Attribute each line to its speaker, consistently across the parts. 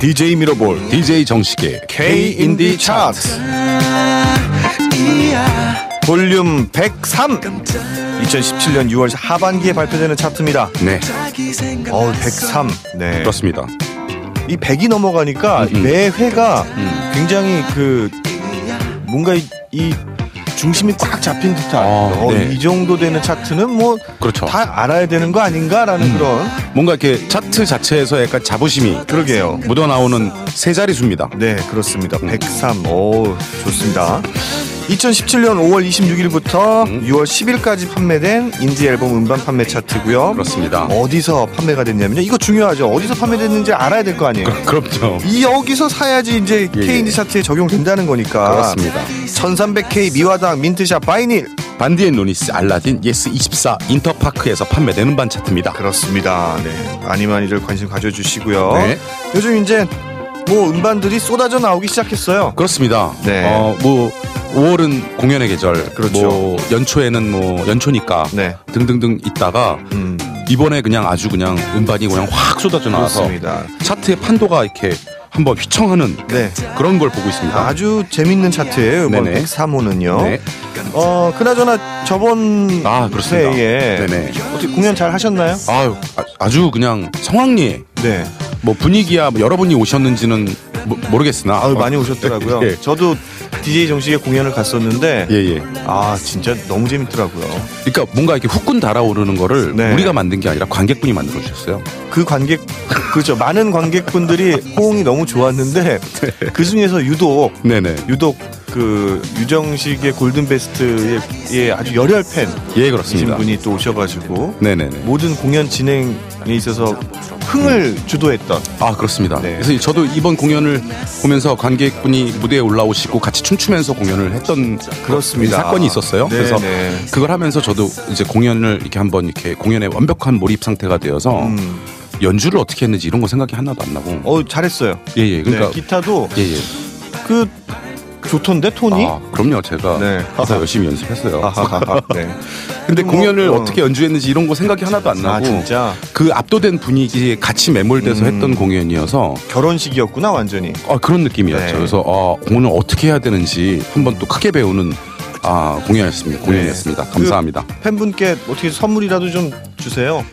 Speaker 1: DJ 미러볼, DJ 정식의 K 인디 차트
Speaker 2: 볼륨 103 2017년 6월 하반기에 발표되는 차트입니다.
Speaker 1: 네,
Speaker 2: 어 103. 네.
Speaker 1: 그렇습니다.
Speaker 2: 이 100이 넘어가니까
Speaker 1: 음.
Speaker 2: 매 회가
Speaker 1: 음.
Speaker 2: 굉장히 그 뭔가 이, 이 중심이 꽉 잡힌 듯한
Speaker 1: 아,
Speaker 2: 어,
Speaker 1: 네.
Speaker 2: 이 정도 되는 차트는 뭐 다
Speaker 1: 그렇죠. 음.
Speaker 2: 알아야 되는 거 아닌가라는 그런
Speaker 1: 뭔가 이렇게 차트 자체에서 약간 자부심이
Speaker 2: 그러게요.
Speaker 1: 묻어 나오는 세 자리 수입니다.
Speaker 2: 네, 그렇습니다. 103. 오, 좋습니다. 2017년 5월 26일부터
Speaker 1: 음.
Speaker 2: 6월 10일까지 판매된 인디 앨범 음반 판매 차트고요.
Speaker 1: 그렇습니다.
Speaker 2: 어디서 판매가 됐냐면요. 이거 중요하죠. 어디서 판매됐는지 알아야 될 거 아니에요.
Speaker 1: 그렇죠.
Speaker 2: 이 여기서 사야지 이제
Speaker 1: 예,
Speaker 2: K 인디
Speaker 1: 예.
Speaker 2: 차트에 적용된다는 거니까.
Speaker 1: 그렇습니다.
Speaker 2: 1300K 미화당 민트샵 바이닐.
Speaker 1: 반디앤 로니스 알라딘 예스 24 인터파크에서 판매되는 반 차트입니다.
Speaker 2: 그렇습니다. 네. 많이 많이들 관심 가져 주시고요.
Speaker 1: 네.
Speaker 2: 요즘 이제 뭐 음반들이 쏟아져 나오기 시작했어요.
Speaker 1: 그렇습니다.
Speaker 2: 네.
Speaker 1: 어, 뭐 5월은 공연의 계절,
Speaker 2: 그렇죠.
Speaker 1: 뭐 연초에는 뭐 연초니까
Speaker 2: 네.
Speaker 1: 등등등 있다가
Speaker 2: 음,
Speaker 1: 이번에 그냥 아주 그냥 음반이 그냥 확 쏟아져 나와서
Speaker 2: 그렇습니다.
Speaker 1: 차트의 판도가 이렇게 한번 휘청하는
Speaker 2: 네.
Speaker 1: 그런 걸 보고 있습니다.
Speaker 2: 아주 재밌는 차트예요. 이번
Speaker 1: 네네.
Speaker 2: 103호는요.
Speaker 1: 네.
Speaker 2: 어, 그나저나 저번
Speaker 1: 아, 그렇습니다.
Speaker 2: 회에
Speaker 1: 네네.
Speaker 2: 어떻게 공연 잘 하셨나요?
Speaker 1: 아유, 아- 아주 그냥 성황리에
Speaker 2: 네.
Speaker 1: 뭐 분위기야 뭐 여러분이 오셨는지는 모, 모르겠으나
Speaker 2: 아유, 많이 오셨더라고요.
Speaker 1: 예.
Speaker 2: 저도 DJ 정식의 공연을 갔었는데
Speaker 1: 예, 예.
Speaker 2: 아, 진짜 너무 재밌더라고요.
Speaker 1: 그러니까 뭔가 이렇게 후끈 달아오르는 거를
Speaker 2: 네.
Speaker 1: 우리가 만든 게 아니라 관객분이 만들어 주셨어요.
Speaker 2: 그 관객 그죠. 많은 관객분들이 호응이 너무 좋았는데
Speaker 1: 네.
Speaker 2: 그중에서 유독
Speaker 1: 네네.
Speaker 2: 유독 그 유정식의 골든 베스트의 아주 열혈 팬이신
Speaker 1: 예, 그렇습니다.
Speaker 2: 분이 또 오셔 가지고
Speaker 1: 네네네.
Speaker 2: 모든 공연 진행에 있어서 흥을 주도했던
Speaker 1: 아 그렇습니다.
Speaker 2: 네.
Speaker 1: 그래서 저도 이번 공연을 보면서 관객분이 무대에 올라오시고 같이 춤추면서 공연을 했던
Speaker 2: 그렇습니다.
Speaker 1: 사건이 있었어요.
Speaker 2: 네,
Speaker 1: 그래서
Speaker 2: 네.
Speaker 1: 그걸 하면서 저도 이제 공연을 이렇게 한번 이렇게 공연에 완벽한 몰입 상태가 되어서
Speaker 2: 음.
Speaker 1: 연주를 어떻게 했는지 이런 거 생각이 하나도 안 나고.
Speaker 2: 어 잘했어요.
Speaker 1: 예예. 그러니까
Speaker 2: 네, 기타도
Speaker 1: 예예.
Speaker 2: 그 좋던데 톤이.
Speaker 1: 아 그럼요. 제가
Speaker 2: 네.
Speaker 1: 가서 열심히 연습했어요.
Speaker 2: 아하하하. 네.
Speaker 1: 근데
Speaker 2: 뭐,
Speaker 1: 공연을
Speaker 2: 어.
Speaker 1: 어떻게 연주했는지 이런 거 생각이 하나도 안 나고.
Speaker 2: 아 진짜
Speaker 1: 그 압도된 분위기에 같이 매몰돼서
Speaker 2: 음.
Speaker 1: 했던 공연이어서
Speaker 2: 결혼식이었구나 완전히.
Speaker 1: 아, 그런 느낌이었죠.
Speaker 2: 네.
Speaker 1: 그래서 아, 오늘 어떻게 해야 되는지 한번 또 크게 배우는 아, 공연이었습니다. 공연이었습니다.
Speaker 2: 그-
Speaker 1: 감사합니다.
Speaker 2: 팬분께 어떻게 선물이라도 좀 주세요.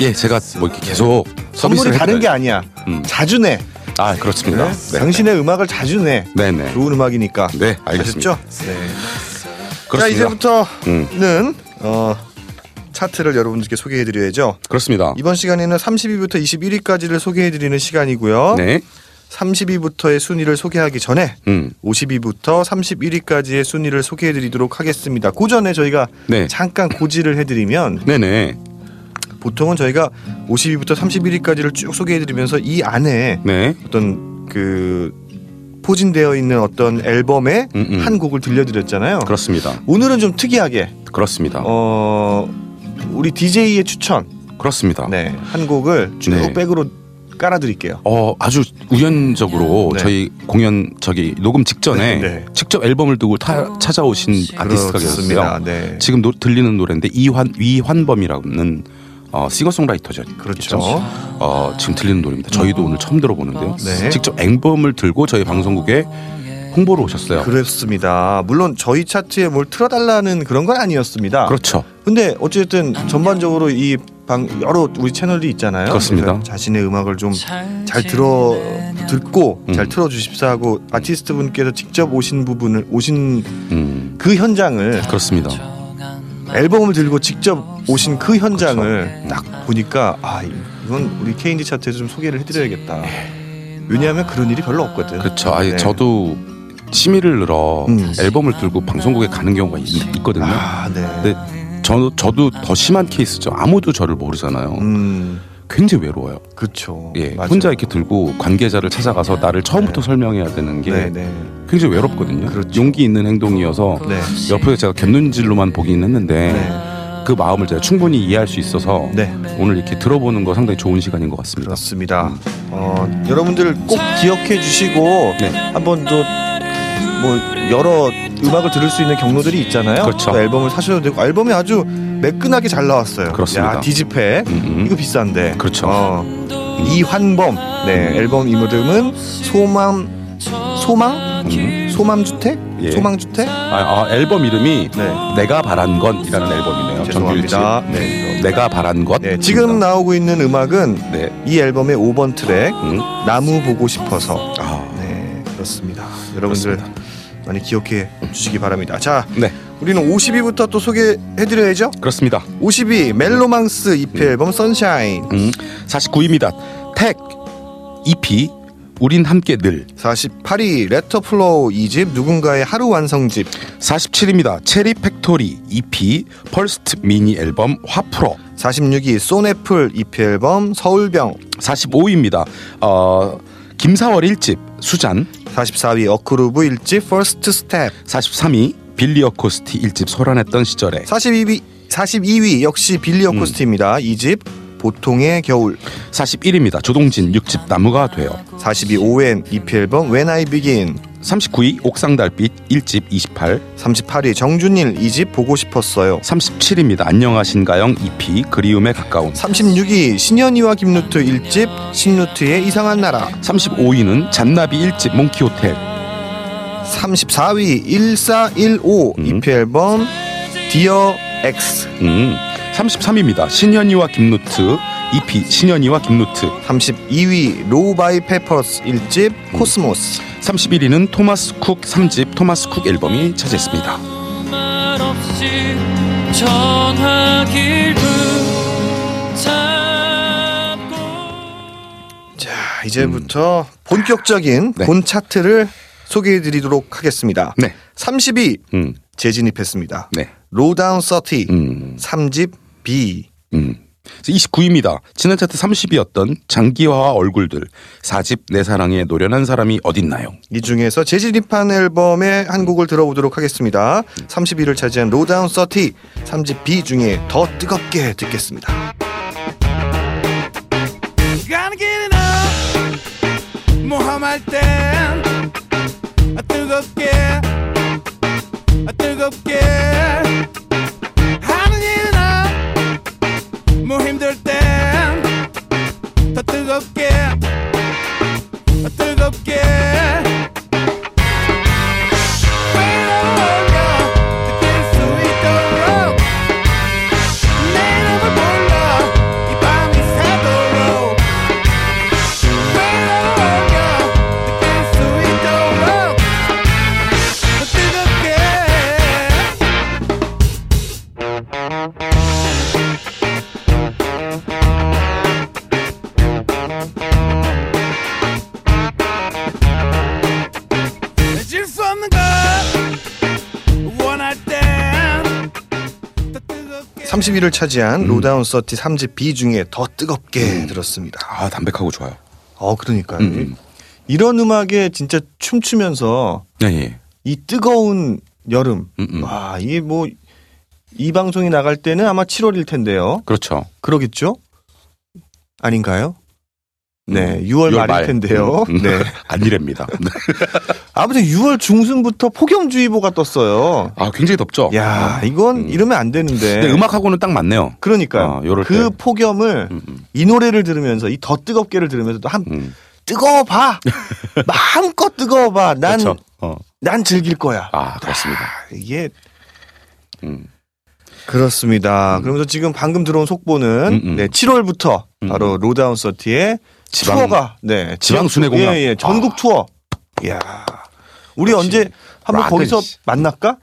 Speaker 1: 예, 제가 뭐 이렇게 계속
Speaker 2: 선물이
Speaker 1: 서비스를
Speaker 2: 다른 게
Speaker 1: 해드려요.
Speaker 2: 아니야.
Speaker 1: 음.
Speaker 2: 자주 내.
Speaker 1: 아, 그렇습니다. 네.
Speaker 2: 당신의 음악을 자주 내.
Speaker 1: 네, 네.
Speaker 2: 좋은 음악이니까.
Speaker 1: 네, 알겠습니다.
Speaker 2: 아셨죠? 네. 자
Speaker 1: 그렇습니다. 음.
Speaker 2: 이제부터는 어, 차트를 여러분들께 소개해드려야죠.
Speaker 1: 그렇습니다.
Speaker 2: 이번 시간에는 30위부터 21위까지를 소개해드리는 시간이고요.
Speaker 1: 네.
Speaker 2: 30위부터의 순위를 소개하기 전에
Speaker 1: 음.
Speaker 2: 50위부터 31위까지의 순위를 소개해드리도록 하겠습니다. 그 전에 저희가
Speaker 1: 네.
Speaker 2: 잠깐 고지를 해드리면
Speaker 1: 네, 네.
Speaker 2: 보통은 저희가 50위부터 31위까지를 쭉 소개해드리면서 이 안에
Speaker 1: 네.
Speaker 2: 어떤 그 포진되어 있는 어떤 앨범의
Speaker 1: 음, 음.
Speaker 2: 한 곡을 들려드렸잖아요.
Speaker 1: 그렇습니다. 아.
Speaker 2: 오늘은 좀 특이하게
Speaker 1: 그렇습니다.
Speaker 2: 어 우리 DJ의 추천
Speaker 1: 그렇습니다.
Speaker 2: 네, 한 곡을 쭉
Speaker 1: 네.
Speaker 2: 백으로 깔아드릴게요.
Speaker 1: 어 아주 우연적으로
Speaker 2: 네.
Speaker 1: 저희 공연 저기 녹음 직전에
Speaker 2: 네, 네.
Speaker 1: 직접 앨범을 두고 타- 찾아오신 아티스트가
Speaker 2: 그렇습니다.
Speaker 1: 계셨어요.
Speaker 2: 네.
Speaker 1: 지금 노- 들리는 노래인데 이환 위환범이라는 어, 싱어송라이터죠.
Speaker 2: 그렇죠.
Speaker 1: 어, 지금 들리는 노래입니다. 저희도 오늘 처음 들어보는데요.
Speaker 2: 네.
Speaker 1: 직접 앨범을 들고 저희 방송국에 홍보로 오셨어요.
Speaker 2: 그렇습니다. 물론 저희 차트에 뭘 틀어달라는 그런 건 아니었습니다.
Speaker 1: 그렇죠.
Speaker 2: 근데 어쨌든 전반적으로 이 방 여러 우리 채널이 있잖아요.
Speaker 1: 그렇습니다.
Speaker 2: 그러니까 자신의 음악을 좀 잘
Speaker 3: 잘
Speaker 2: 들어
Speaker 3: 들어
Speaker 2: 듣고
Speaker 1: 음.
Speaker 2: 잘 틀어 주십사 하고 아티스트 분께서 직접 오신 부분을 오신
Speaker 1: 음,
Speaker 2: 그 현장을
Speaker 1: 그렇습니다.
Speaker 2: 앨범을 들고 직접 오신 그 현장을
Speaker 1: 그렇죠.
Speaker 2: 딱 보니까 아 이건 우리 K&D 차트에서 좀 소개를 해드려야겠다. 왜냐하면 그런 일이 별로 없거든.
Speaker 1: 네. 그렇죠. 아예
Speaker 2: 네.
Speaker 1: 저도 심의를 늘어
Speaker 2: 음.
Speaker 1: 앨범을 들고 방송국에 가는 경우가 있, 거든요
Speaker 2: 아 네.
Speaker 1: 근데 저, 저도 더 심한 케이스죠. 아무도 저를 모르잖아요.
Speaker 2: 음
Speaker 1: 굉장히 외로워요.
Speaker 2: 그렇죠.
Speaker 1: 예,
Speaker 2: 맞아요. 네.
Speaker 1: 혼자 이렇게 들고 관계자를 찾아가서 나를 처음부터 설명해야 되는 게 음.
Speaker 2: 네네.
Speaker 1: 굉장히 외롭거든요.
Speaker 2: 그렇죠.
Speaker 1: 용기 있는 행동이어서
Speaker 2: 네.
Speaker 1: 옆에서 제가 곁눈질로만 보긴 했는데
Speaker 2: 네.
Speaker 1: 그 마음을 제가 충분히 이해할 수 있어서
Speaker 2: 네.
Speaker 1: 오늘 이렇게 들어보는 거 상당히 좋은 시간인 것 같습니다.
Speaker 2: 그렇습니다.
Speaker 1: 음.
Speaker 2: 어, 여러분들 꼭 기억해 주시고
Speaker 1: 네.
Speaker 2: 한번 또뭐 여러 음악을 들을 수 있는 경로들이 있잖아요.
Speaker 1: 그렇죠.
Speaker 2: 또 앨범을 사셔도 되고 앨범이 아주 매끈하게 잘 나왔어요.
Speaker 1: 그렇습니다.
Speaker 2: 야, 디지페
Speaker 1: 음, 음.
Speaker 2: 이거 비싼데.
Speaker 1: 그렇죠. 음.
Speaker 2: 어, 이환범 네 앨범 이름은 소망 소망
Speaker 1: 음.
Speaker 2: 소망 주택
Speaker 1: 예.
Speaker 2: 소망 주택
Speaker 1: 아, 아, 앨범 이름이
Speaker 2: 네.
Speaker 1: 내가 바란 건이라는 앨범이네요. 정규일집.
Speaker 2: 죄송합니다.
Speaker 1: 네. 내가 바란 것.
Speaker 2: 네 지금 나오고 있는 음악은
Speaker 1: 네.
Speaker 2: 이 앨범의 5번 트랙
Speaker 1: 음.
Speaker 2: 나무 보고 싶어서
Speaker 1: 아.
Speaker 2: 네 그렇습니다 음. 여러분들 많이 기억해 주시기 바랍니다 자
Speaker 1: 네.
Speaker 2: 우리는 52부터 또 소개해드려야죠
Speaker 1: 그렇습니다.
Speaker 2: 52 멜로망스 EP 앨범 선샤인
Speaker 1: 음. 49입니다. 택 EP 우린 함께 늘
Speaker 2: 48위 레터플로우 2집 누군가의 하루 완성집
Speaker 1: 47입니다. 체리 팩토리 EP 퍼스트 미니 앨범 화프로
Speaker 2: 46위 쏘네플 EP 앨범 서울병
Speaker 1: 45입니다. 어 김사월 1집 수잔
Speaker 2: 44위 어크루브 1집 퍼스트 스텝
Speaker 1: 43위 빌리 어코스티 1집 소란했던 시절에
Speaker 2: 42위 42위 역시 빌리 어쿠스티입니다 2집 보통의 겨울
Speaker 1: 41입니다. 조동진 6집 나무가 돼요.
Speaker 2: 42 오웬 EP 앨범 When I Begin
Speaker 1: 39위 옥상달빛 1집 28
Speaker 2: 38위 정준일 이 집 보고 싶었어요.
Speaker 1: 37입니다. 안녕하신가영 EP 그리움에 가까운
Speaker 2: 36위 신현이와 김루트 1집 신루트의 이상한 나라
Speaker 1: 35위는 잔나비 1집 몽키호텔
Speaker 2: 34위 1415
Speaker 1: 음.
Speaker 2: EP 앨범 디어 X
Speaker 1: 음, 33입니다. 신현이와 김노트 EP 신현이와 김노트
Speaker 2: 32위 로우 바이 페퍼스 1집 코스모스
Speaker 1: 31위는 토마스 쿡 3집 토마스 쿡 앨범이 차지했습니다.
Speaker 3: 말 없이 전화길 붙잡고
Speaker 2: 자 이제부터 본격적인
Speaker 1: 음. 네.
Speaker 2: 본 차트를 소개해드리도록 하겠습니다.
Speaker 1: 네.
Speaker 2: 30위
Speaker 1: 음,
Speaker 2: 재진입했습니다.
Speaker 1: 네.
Speaker 2: 로다운 30
Speaker 1: 음,
Speaker 2: 3집 B
Speaker 1: 음. 29위입니다. 지난 차트 30위였던 장기화와 얼굴들 4집 내 사랑에 노련한 사람이 어딨나요?
Speaker 2: 이 중에서 재진입한 앨범의 한 곡을 들어보도록 하겠습니다. 31을 차지한 로다운 30 3집 B 중에 더 뜨겁게 듣겠습니다.
Speaker 4: Gotta get it up 모험할 땐 아, 뜨겁게 아, 뜨겁게 하는 일은 up 뭐 힘들 땐 더 뜨겁게 아, 뜨겁게 외로워요. 느낄 수 있도록 내 이름을 불러 이 밤이 새도록 수 없는 걸 원할 땐더 뜨겁게
Speaker 2: 31을
Speaker 1: 음.
Speaker 2: 차지한 로다운 30 3집 B 중에 더 뜨겁게 들었습니다.
Speaker 1: 아 담백하고 좋아요.
Speaker 2: 어 그러니까요.
Speaker 1: 음.
Speaker 2: 이런 음악에 진짜 춤추면서
Speaker 1: 예, 예.
Speaker 2: 이 뜨거운 여름
Speaker 1: 음, 음.
Speaker 2: 와 이게 뭐 이 방송이 나갈 때는 아마 7월일 텐데요.
Speaker 1: 그렇죠.
Speaker 2: 그러겠죠? 아닌가요? 네,
Speaker 1: 음,
Speaker 2: 6월, 말일
Speaker 1: 말.
Speaker 2: 텐데요.
Speaker 1: 음, 음.
Speaker 2: 네.
Speaker 1: 안일입니다.
Speaker 2: 아무튼 6월 중순부터 폭염주의보가 떴어요.
Speaker 1: 아 굉장히 덥죠.
Speaker 2: 야, 네. 이건
Speaker 1: 음.
Speaker 2: 이러면 안 되는데.
Speaker 1: 근데 음악하고는 딱 맞네요.
Speaker 2: 그러니까요.
Speaker 1: 아, 요럴
Speaker 2: 그
Speaker 1: 때.
Speaker 2: 폭염을
Speaker 1: 음, 음,
Speaker 2: 이 노래를 들으면서 이 더 뜨겁게를 들으면서 또한
Speaker 1: 음.
Speaker 2: 뜨거워 봐. 마음껏 뜨거워 봐. 난 난
Speaker 1: 그렇죠. 어.
Speaker 2: 즐길 거야.
Speaker 1: 아 그렇습니다.
Speaker 2: 이게
Speaker 1: 음.
Speaker 2: 그렇습니다. 그러면서 지금 방금 들어온 속보는
Speaker 1: 음, 음.
Speaker 2: 네, 7월부터 바로 로다운 서티의
Speaker 1: 지방-
Speaker 2: 투어가 네,
Speaker 1: 지방
Speaker 2: 지역 투-
Speaker 1: 순회 공연.
Speaker 2: 예, 예, 전국
Speaker 1: 아.
Speaker 2: 투어. 야. 우리
Speaker 1: 역시
Speaker 2: 언제 한번
Speaker 1: 라벤
Speaker 2: 거기서
Speaker 1: 씨.
Speaker 2: 만날까?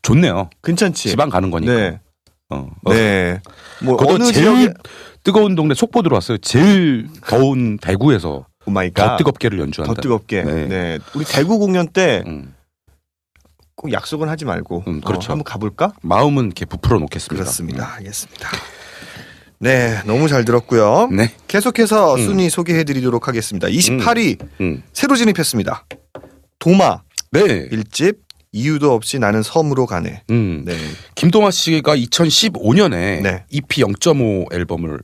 Speaker 1: 좋네요.
Speaker 2: 괜찮지?
Speaker 1: 지방 가는 거니까.
Speaker 2: 네.
Speaker 1: 어.
Speaker 2: 네. 뭐
Speaker 1: 그거
Speaker 2: 어느
Speaker 1: 제일
Speaker 2: 지역에
Speaker 1: 뜨거운 동네 속보 들어왔어요. 제일 더운 대구에서
Speaker 2: 오 마이 갓.
Speaker 1: 더 뜨겁게를 연주한다.
Speaker 2: 아, 더 뜨겁게.
Speaker 1: 네.
Speaker 2: 네. 우리 대구 공연 때 꼭
Speaker 1: 음.
Speaker 2: 약속은 하지 말고
Speaker 1: 음, 그렇죠. 그러니까. 음.
Speaker 2: 어, 한번 가볼까?
Speaker 1: 마음은 이렇게 부풀어 놓겠습니다.
Speaker 2: 그렇습니다. 알겠습니다. 네, 너무 잘 들었고요.
Speaker 1: 음. 네.
Speaker 2: 계속해서
Speaker 1: 음.
Speaker 2: 순위 소개해드리도록 하겠습니다. 28위
Speaker 1: 음.
Speaker 2: 새로 진입했습니다. 도마
Speaker 1: 네.
Speaker 2: 1집 이유도 없이 나는 섬으로 가네.
Speaker 1: 음.
Speaker 2: 네.
Speaker 1: 김동아 씨가 2015년에
Speaker 2: 네.
Speaker 1: EP 0.5 앨범으로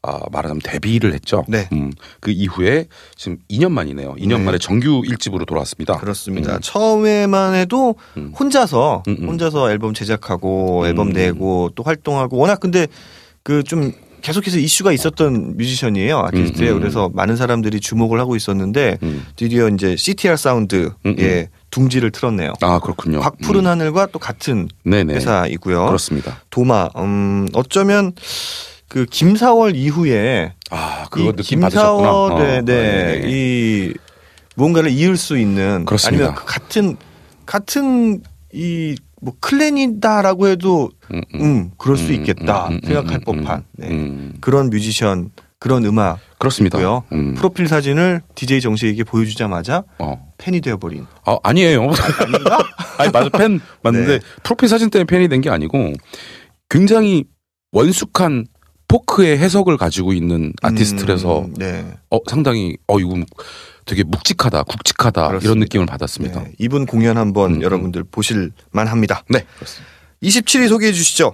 Speaker 1: 아, 말하자면 데뷔를 했죠.
Speaker 2: 네.
Speaker 1: 음, 그 이후에 지금 2년 만이네요. 2년
Speaker 2: 네.
Speaker 1: 만에 정규 1집으로 돌아왔습니다.
Speaker 2: 그렇습니다.
Speaker 1: 음.
Speaker 2: 처음에만 해도
Speaker 1: 음.
Speaker 2: 혼자서
Speaker 1: 음, 음.
Speaker 2: 혼자서 앨범 제작하고
Speaker 1: 음.
Speaker 2: 앨범 내고 또 활동하고 워낙 근데 그 좀 계속해서 이슈가 있었던 뮤지션이에요 아티스트에
Speaker 1: 음, 음.
Speaker 2: 그래서 많은 사람들이 주목을 하고 있었는데
Speaker 1: 음.
Speaker 2: 드디어 이제 CTR 사운드의
Speaker 1: 음, 음.
Speaker 2: 둥지를 틀었네요.
Speaker 1: 아, 그렇군요.
Speaker 2: 곽푸른
Speaker 1: 음.
Speaker 2: 하늘과 또 같은
Speaker 1: 네네.
Speaker 2: 회사이고요.
Speaker 1: 그렇습니다.
Speaker 2: 도마 음 어쩌면 그 김사월 이후에
Speaker 1: 아,
Speaker 2: 이
Speaker 1: 그거 느낌 받으셨구나. 어,
Speaker 2: 네,
Speaker 1: 네,
Speaker 2: 네.
Speaker 1: 네.
Speaker 2: 이 무언가를 이을 수 있는
Speaker 1: 그렇습니다.
Speaker 2: 아니면 그 같은 같은 이 뭐 클랜이다라고 해도
Speaker 1: 음,
Speaker 2: 음,
Speaker 1: 음.
Speaker 2: 그럴 수
Speaker 1: 음,
Speaker 2: 있겠다
Speaker 1: 음, 음,
Speaker 2: 생각할
Speaker 1: 음, 음,
Speaker 2: 법한 네.
Speaker 1: 음.
Speaker 2: 그런 뮤지션 그런 음악이고요.
Speaker 1: 그렇습니다. 음.
Speaker 2: 프로필 사진을 DJ 정식에게 보여주자마자
Speaker 1: 어.
Speaker 2: 팬이 되어버린.
Speaker 1: 아, 아니에요.
Speaker 2: 아닌가?
Speaker 1: 아니 맞아 팬 맞는데
Speaker 2: 네.
Speaker 1: 프로필 사진 때문에 팬이 된 게 아니고 굉장히 원숙한 포크의 해석을 가지고 있는 아티스트라서
Speaker 2: 음, 네.
Speaker 1: 어, 상당히 어 이거 되게 묵직하다 굵직하다 이런
Speaker 2: 그렇습니다.
Speaker 1: 느낌을 받았습니다.
Speaker 2: 네. 이분 공연 한번
Speaker 1: 음,
Speaker 2: 여러분들 보실 만합니다.
Speaker 1: 네.
Speaker 2: 27위 소개해 주시죠.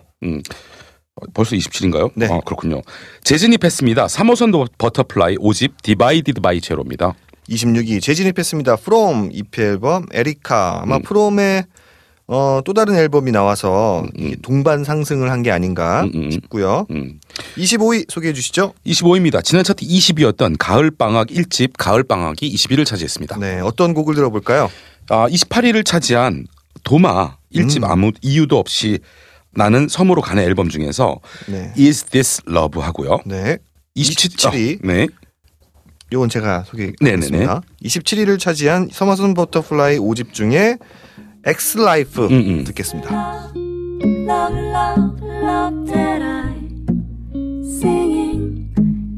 Speaker 1: 어, 벌써 27인가요?
Speaker 2: 네.
Speaker 1: 아, 그렇군요. 재진입했습니다. 3호선 버터플라이 5집 디바이디드 바이 제로입니다.
Speaker 2: 26위 재진입했습니다. From EP 앨범 에리카 아마
Speaker 1: 음.
Speaker 2: From의 어, 또 다른 앨범이 나와서 이게 동반 상승을 한 게 아닌가
Speaker 1: 음, 음.
Speaker 2: 싶고요.
Speaker 1: 음.
Speaker 2: 25위 소개해 주시죠.
Speaker 1: 25입니다. 지난 차트 20이었던 가을 방학 1집 가을 방학이 21을 차지했습니다.
Speaker 2: 네, 어떤 곡을 들어볼까요?
Speaker 1: 아, 28위를 차지한 도마 1집
Speaker 2: 음.
Speaker 1: 아무 이유도 없이 나는 섬으로 가는 앨범 중에서
Speaker 2: 네,
Speaker 1: Is This Love 하고요.
Speaker 2: 네,
Speaker 1: 27,
Speaker 2: 위.
Speaker 1: 아, 네.
Speaker 2: 요건 제가
Speaker 1: 네네네.
Speaker 2: 소개하겠습니다. 27위를 차지한 서머슨 버터플라이 5집 중에 X Life
Speaker 1: 음, 음.
Speaker 2: 듣겠습니다.
Speaker 5: Love, love, love, love that I singing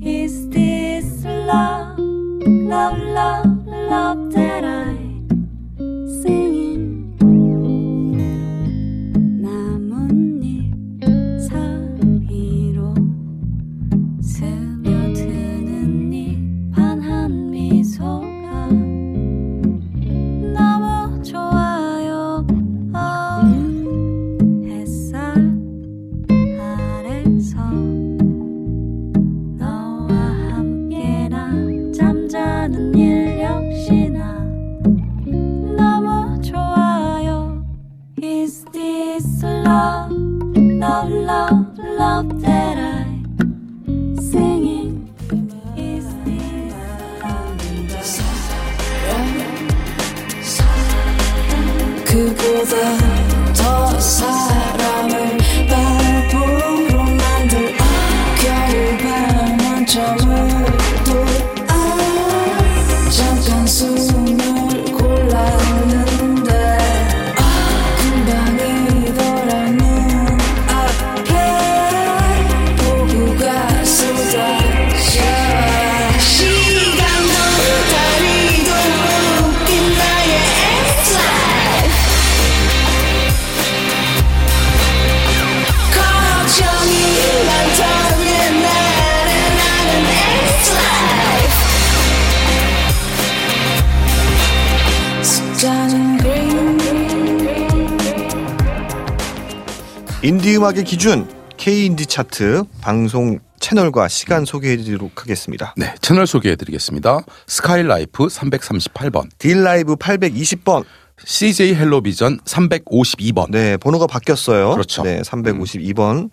Speaker 5: is this love, love, love, love that I singing. 나뭇잎 사이로 스며드는 이 환한 미소가 너무 좋아요. 햇살 아래서 너와 함께 나 잠자는 일 역시나 너무 좋아요 Is this love, love, love, love that I singing Is this love
Speaker 6: 그보다 더 사람을 바보로 만들 겨울바람만 저물도 아 잠깐 숨을 골랐는데 아 금방이더라는 앞에 폭우가 쏟아져 시간도 다리도 웃긴 나의 엑스라이 걱정이 많던 옛날에 나는 X-Life 숫자는 green
Speaker 2: 인디 음악의 기준 K 인디 차트 방송 채널과 시간 소개해 드리도록 하겠습니다.
Speaker 1: 네, 채널 소개해 드리겠습니다. 스카이라이프 338번,
Speaker 2: 딜라이브 820번.
Speaker 1: CJ 헬로비전 352번.
Speaker 2: 네, 번호가 바뀌었어요.
Speaker 1: 그렇죠. 음.
Speaker 2: 네, 352번.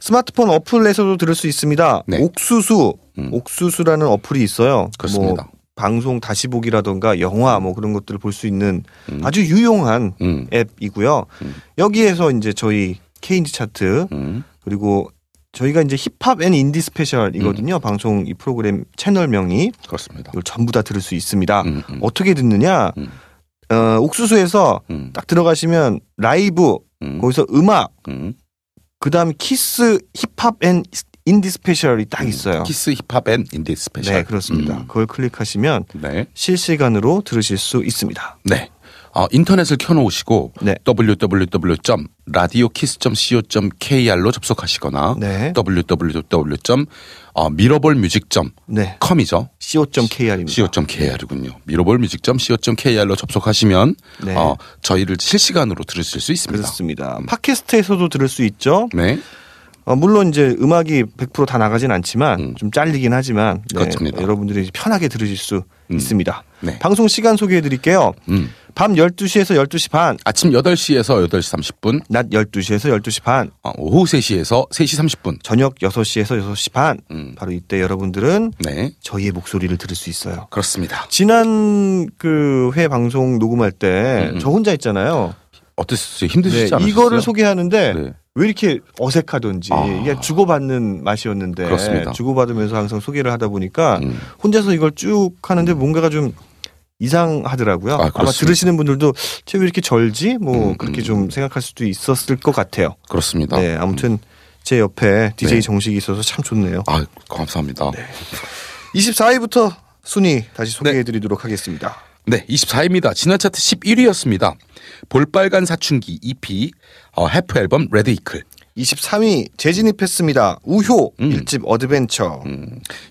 Speaker 2: 스마트폰 어플에서도 들을 수 있습니다.
Speaker 1: 네.
Speaker 2: 옥수수,
Speaker 1: 음.
Speaker 2: 옥수수라는 어플이 있어요.
Speaker 1: 그렇습니다.
Speaker 2: 뭐 방송 다시 보기라던가 영화 뭐 그런 것들을 볼 수 있는
Speaker 1: 음.
Speaker 2: 아주 유용한
Speaker 1: 음.
Speaker 2: 앱이고요.
Speaker 1: 음.
Speaker 2: 여기에서 이제 저희 케인지 차트
Speaker 1: 음.
Speaker 2: 그리고 저희가 이제 힙합 앤 인디 스페셜이거든요.
Speaker 1: 음.
Speaker 2: 방송 이 프로그램 채널명이
Speaker 1: 그렇습니다.
Speaker 2: 이걸 전부 다 들을 수 있습니다.
Speaker 1: 음, 음.
Speaker 2: 어떻게 듣느냐?
Speaker 1: 음.
Speaker 2: 어, 옥수수에서
Speaker 1: 음.
Speaker 2: 딱 들어가시면 라이브
Speaker 1: 음.
Speaker 2: 거기서 음악
Speaker 1: 음.
Speaker 2: 그다음 키스 힙합 앤 인디 스페셜이 딱 있어요.
Speaker 1: 키스 힙합 앤 인디 스페셜.
Speaker 2: 네 그렇습니다.
Speaker 1: 음, 음.
Speaker 2: 그걸 클릭하시면
Speaker 1: 네.
Speaker 2: 실시간으로 들으실 수 있습니다.
Speaker 1: 네. 어, 인터넷을 켜놓으시고
Speaker 2: 네.
Speaker 1: www.radiokiss.co.kr로 접속하시거나
Speaker 2: 네.
Speaker 1: www.mirabolmusic.com이죠.
Speaker 2: 네. co.kr입니다.
Speaker 1: co.kr이군요. mirabolmusic.co.kr로 접속하시면
Speaker 2: 네.
Speaker 1: 어, 저희를 실시간으로 들으실 수 있습니다. 음.
Speaker 2: 그렇습니다. 팟캐스트에서도 들을 수 있죠.
Speaker 1: 네.
Speaker 2: 어, 물론 이제 음악이 100%다 나가진 않지만
Speaker 1: 음.
Speaker 2: 좀 잘리긴 하지만 네,
Speaker 1: 그렇습니다.
Speaker 2: 여러분들이 이제 편하게 들으실 수 있습니다.
Speaker 1: 네.
Speaker 2: 방송 시간 소개해 드릴게요.
Speaker 1: 음.
Speaker 2: 밤 12시에서 12시 반,
Speaker 1: 아침 8시에서 8시 30분,
Speaker 2: 낮 12시에서 12시 반,
Speaker 1: 어, 오후 3시에서 3시 30분.
Speaker 2: 저녁 6시에서 6시 반.
Speaker 1: 음.
Speaker 2: 바로 이때 여러분들은
Speaker 1: 네.
Speaker 2: 저희의 목소리를 들을 수 있어요.
Speaker 1: 그렇습니다.
Speaker 2: 지난 그 회 방송 녹음할 때
Speaker 1: 음.
Speaker 2: 저 혼자 있잖아요.
Speaker 1: 어땠어요?
Speaker 2: 네,
Speaker 1: 힘드시지 않으셨어요?
Speaker 2: 이거를 소개하는데
Speaker 1: 네.
Speaker 2: 왜 이렇게 어색하던지
Speaker 1: 아.
Speaker 2: 이게 주고받는 맛이었는데
Speaker 1: 그렇습니다.
Speaker 2: 주고받으면서 항상 소개를 하다 보니까
Speaker 1: 음.
Speaker 2: 혼자서 이걸 쭉 하는데 뭔가가 좀 이상하더라고요.
Speaker 1: 아,
Speaker 2: 마
Speaker 1: 그렇습니다.
Speaker 2: 들으시는 분들도 쟤왜 이렇게 절지? 뭐
Speaker 1: 음,
Speaker 2: 그렇게
Speaker 1: 음.
Speaker 2: 좀 생각할 수도 있었을 것 같아요.
Speaker 1: 그렇습니다.
Speaker 2: 네, 아무튼 제 옆에 DJ
Speaker 1: 네.
Speaker 2: 정식이 있어서 참 좋네요.
Speaker 1: 아, 감사합니다.
Speaker 2: 네. 24위부터 순위 다시 소개해드리도록 하겠습니다.
Speaker 1: 네, 24위입니다. 지난 차트 11위였습니다. 볼빨간 사춘기 EP 어, 해프 앨범 레드 이클.
Speaker 2: 23위 재진입했습니다. 우효
Speaker 1: 음.
Speaker 2: 일집 어드벤처.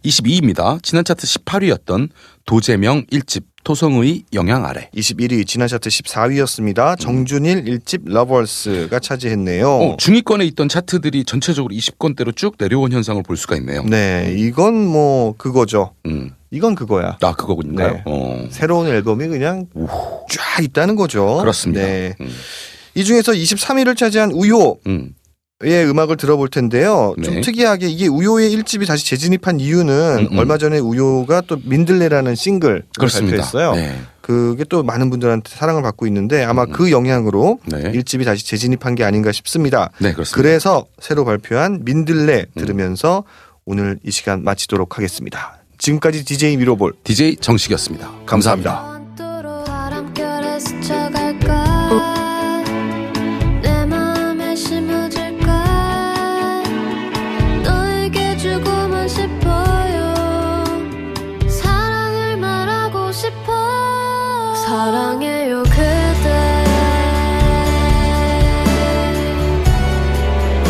Speaker 1: 22위입니다. 지난 차트 18위였던 도재명 1집 토성의 영향 아래.
Speaker 2: 21위 지난 차트 14위였습니다. 정준일 1집 러버스가 차지했네요.
Speaker 1: 음. 어, 중위권에 있던 차트들이 전체적으로 20권대로 쭉 내려온 현상을 볼 수가 있네요.
Speaker 2: 네, 이건 뭐 그거죠.
Speaker 1: 음.
Speaker 2: 이건 그거야.
Speaker 1: 아, 그거군요.
Speaker 2: 네.
Speaker 1: 어.
Speaker 2: 새로운 앨범이 그냥 쫙 있다는 거죠.
Speaker 1: 그렇습니다.
Speaker 2: 네.
Speaker 1: 음.
Speaker 2: 이 중에서 23위를 차지한 우효의
Speaker 1: 음.
Speaker 2: 예, 음악을 들어볼 텐데요.
Speaker 1: 네.
Speaker 2: 좀 특이하게 이게 우효의 1집이 다시 재진입한 이유는
Speaker 1: 음, 음.
Speaker 2: 얼마 전에 우효가 또 민들레라는 싱글
Speaker 1: 그렇습니다.
Speaker 2: 발표했어요.
Speaker 1: 네. 음,
Speaker 2: 그게 또 많은 분들한테 사랑을 받고 있는데 아마 그 영향으로
Speaker 1: 네.
Speaker 2: 일집이 다시 재진입한 게 아닌가 싶습니다.
Speaker 1: 네, 그렇습니다. 음.
Speaker 2: 그래서 새로 발표한 민들레 들으면서 오늘 이 시간 마치도록 하겠습니다. 지금까지 DJ 미로볼
Speaker 1: DJ 정식이었습니다. 감사합니다.
Speaker 6: 밤도록 바람결에 스쳐갈까 내 마음에 심어질까 너에게 주고만 싶어요 사랑을 말하고 싶어 사랑해요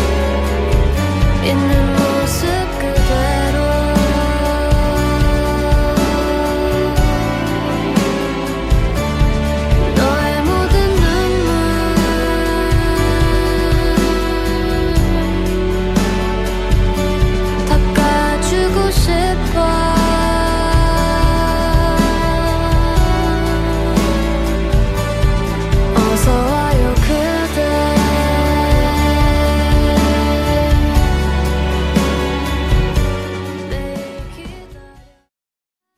Speaker 6: 그대 있는 모습 그대로 너의 모든 눈물 닦아주고 싶어 어서 와요 그대 내 기다